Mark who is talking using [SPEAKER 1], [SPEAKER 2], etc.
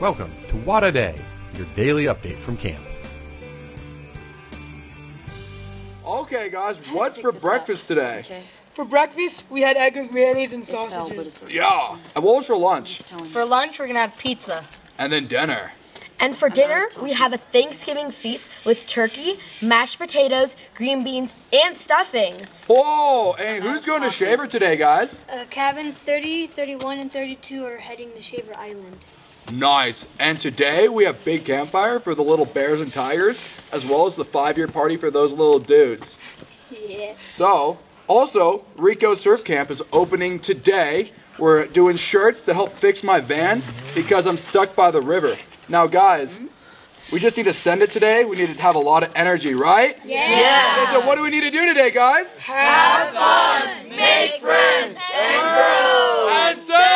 [SPEAKER 1] Welcome to What a Day, your daily update from camp.
[SPEAKER 2] Okay, guys, what's for breakfast today?
[SPEAKER 3] For breakfast, we had egg and mayonnaise and sausages.
[SPEAKER 2] Yeah. And what was for lunch?
[SPEAKER 4] For lunch, we're gonna have pizza.
[SPEAKER 2] And then dinner.
[SPEAKER 5] And for dinner, we have a Thanksgiving feast with turkey, mashed potatoes, green beans, and stuffing.
[SPEAKER 2] Oh, and who's going to Shaver today, guys?
[SPEAKER 6] Uh, cabins 30, 31, and 32 are heading to Shaver Island.
[SPEAKER 2] Nice. And today we have big campfire for the little bears and tigers, as well as the five-year party for those little dudes.
[SPEAKER 6] Yeah.
[SPEAKER 2] So, also, Rico Surf Camp is opening today. We're doing shirts to help fix my van because I'm stuck by the river. Now, guys, we just need to send it today. We need to have a lot of energy, right? Yeah. Okay, so, what do we need to do today, guys? Have fun, make friends, and grow, and save.